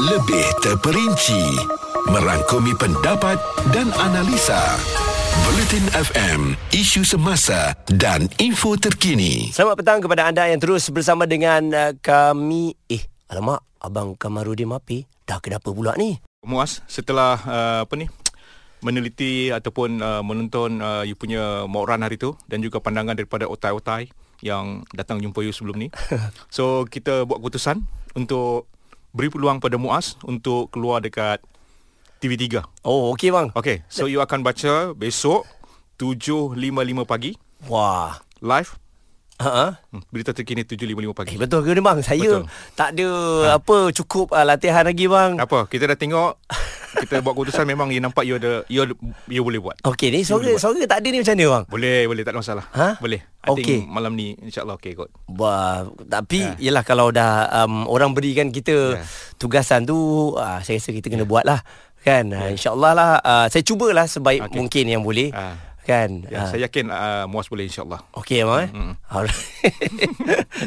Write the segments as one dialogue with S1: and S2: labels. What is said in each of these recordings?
S1: Lebih terperinci Merangkumi pendapat dan analisa Bulletin FM Isu semasa dan info terkini
S2: Selamat petang kepada anda yang terus bersama dengan uh, kami. Eh, alamak, Abang Kamarudin Mapi dah kenapa pula ni?
S3: Muaz setelah uh, apa ni meneliti ataupun uh, menonton uh, you punya mauran hari tu dan juga pandangan daripada otai-otai yang datang jumpa you sebelum ni. So kita buat keputusan untuk beri peluang pada Muaz untuk keluar dekat TV3.
S2: Oh, okey bang.
S3: Okay, so you akan baca besok 7.55 pagi
S2: Wah.
S3: live
S2: Ha-ha.
S3: Hmm, berita terkini 7.55 pagi.
S2: Eh, betul ke ni bang? Saya
S3: Betul. Ha.
S2: tak ada apa cukup uh, latihan lagi bang.
S3: Apa? Kita dah tengok kita buat keputusan memang you nampak you ada you, ada- you boleh buat.
S2: Okey ni suara suara tak ada ni macam mana bang?
S3: Boleh, boleh tak ada masalah.
S2: Ha?
S3: Boleh. I
S2: Okey.
S3: think malam ni insya-Allah okey kot.
S2: Wah, tapi yeah. yelah kalau dah um, orang berikan kita yeah.
S3: Ya.
S2: tugasan tu, uh, saya rasa kita kena buat lah. Kan? Yeah. InsyaAllah lah. Uh, saya cubalah sebaik okay.
S3: Ya. Okey.
S2: mungkin yang boleh.
S3: Ah.
S2: Kan?
S3: Ya,
S2: Ah.
S3: saya yakin uh, Muaz boleh insya-Allah.
S2: Okey Abang eh mm. Alright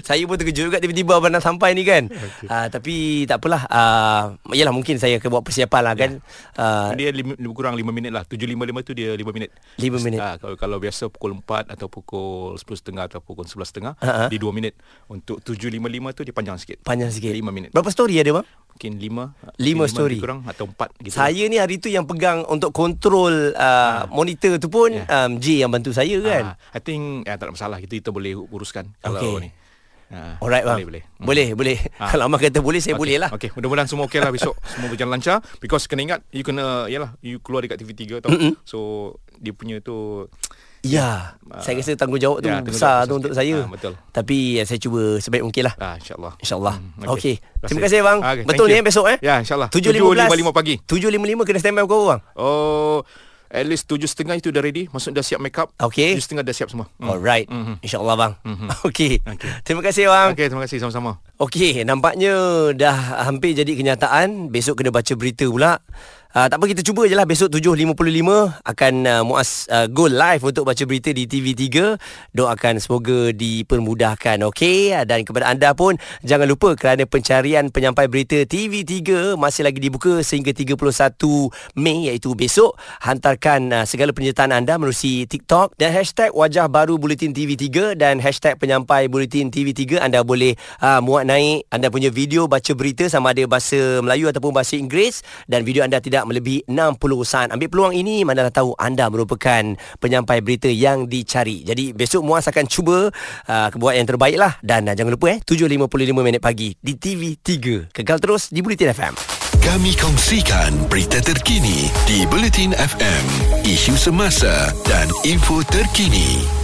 S2: Saya pun terkejut juga Tiba-tiba Abang nak sampai ni kan okay. uh, Tapi tak apalah uh, Yalah mungkin saya akan buat persiapan lah kan uh,
S3: Dia lim, lebih kurang 5 minit lah 7.55 tu dia 5 minit
S2: Lima minit.
S3: Ah, kalau, kalau biasa pukul 4 Atau pukul 10.30 Atau pukul 11.30
S2: Ha, ha.
S3: uh-huh. Dia 2 minit Untuk 7.55 tu dia panjang sikit
S2: Panjang sikit
S3: 5 minit
S2: Berapa story ada Abang?
S3: Mungkin 5
S2: Lima story.
S3: Lebih kurang Atau 4 gitu
S2: Saya ni hari tu yang pegang Untuk kontrol uh, monitor tu pun yeah.
S3: Yeah.
S2: um, J yang bantu saya kan
S3: Ya. Ah, I think eh, Tak ada masalah Kita, kita boleh uruskan Kalau
S2: Okey.
S3: ni Ah,
S2: Alright bang
S3: Boleh boleh Hmm.
S2: Boleh boleh
S3: Ah.
S2: Kalau Abang kata boleh Saya
S3: Okey,
S2: boleh lah
S3: Okey, mudah-mudahan semua okey lah besok. semua berjalan lancar because kena ingat you kena yalah you keluar dekat TV3 tau. Mm-hmm. So dia punya tu
S2: Ya
S3: Ah.
S2: Saya rasa tanggungjawab tu
S3: Ya,
S2: Besar
S3: tanggungjawab
S2: tu
S3: besar
S2: untuk
S3: sikit.
S2: saya
S3: Ah, betul.
S2: Tapi eh, saya cuba sebaik mungkin lah
S3: ah insya-Allah.
S2: InsyaAllah
S3: Hmm,
S2: okay.
S3: okey.
S2: okay Terima kasih bang
S3: Ah,
S2: okay,
S3: okey,
S2: Betul ni eh
S3: thank you.
S2: besok eh
S3: Ya, insyaAllah.
S2: 7.15
S3: 7.55 pagi.
S2: 7.55 kena stand by kau bang
S3: Oh, at least tujuh setengah itu dah ready. Maksud dah siap make up.
S2: Okey.
S3: Tujuh setengah dah siap semua.
S2: hmm. Alright
S3: Mhm.
S2: InsyaAllah bang
S3: Mhm.
S2: okay.
S3: Okey.
S2: Terima kasih bang okay.
S3: Okey, terima kasih sama-sama.
S2: nampaknya dah hampir jadi kenyataan Besok kena baca berita pula Uh, tak apa kita cuba je lah Besok 7.55 Akan uh, Muaz uh, go live Untuk baca berita di TV3 Doakan semoga dipermudahkan Okay Dan kepada anda pun Jangan lupa kerana pencarian Penyampai berita TV3 Masih lagi dibuka Sehingga 31 Mei Iaitu besok Hantarkan uh, segala penyertaan anda Menerusi TikTok Dan hashtag Wajah Baru Bulletin TV3 Dan hashtag Penyampai Bulletin TV3 Anda boleh uh, muat naik Anda punya video Baca berita Sama ada bahasa Melayu Ataupun bahasa Inggeris Dan video anda tidak melebihi 60 saat Ambil peluang ini Mana dah tahu anda merupakan Penyampai berita yang dicari Jadi besok Muaz akan cuba uh, Buat yang terbaik lah Dan uh, jangan lupa eh 7.55 minit pagi Di TV3 Kekal terus di Bulletin FM
S1: Kami kongsikan berita terkini di Bulletin FM Isu semasa dan info terkini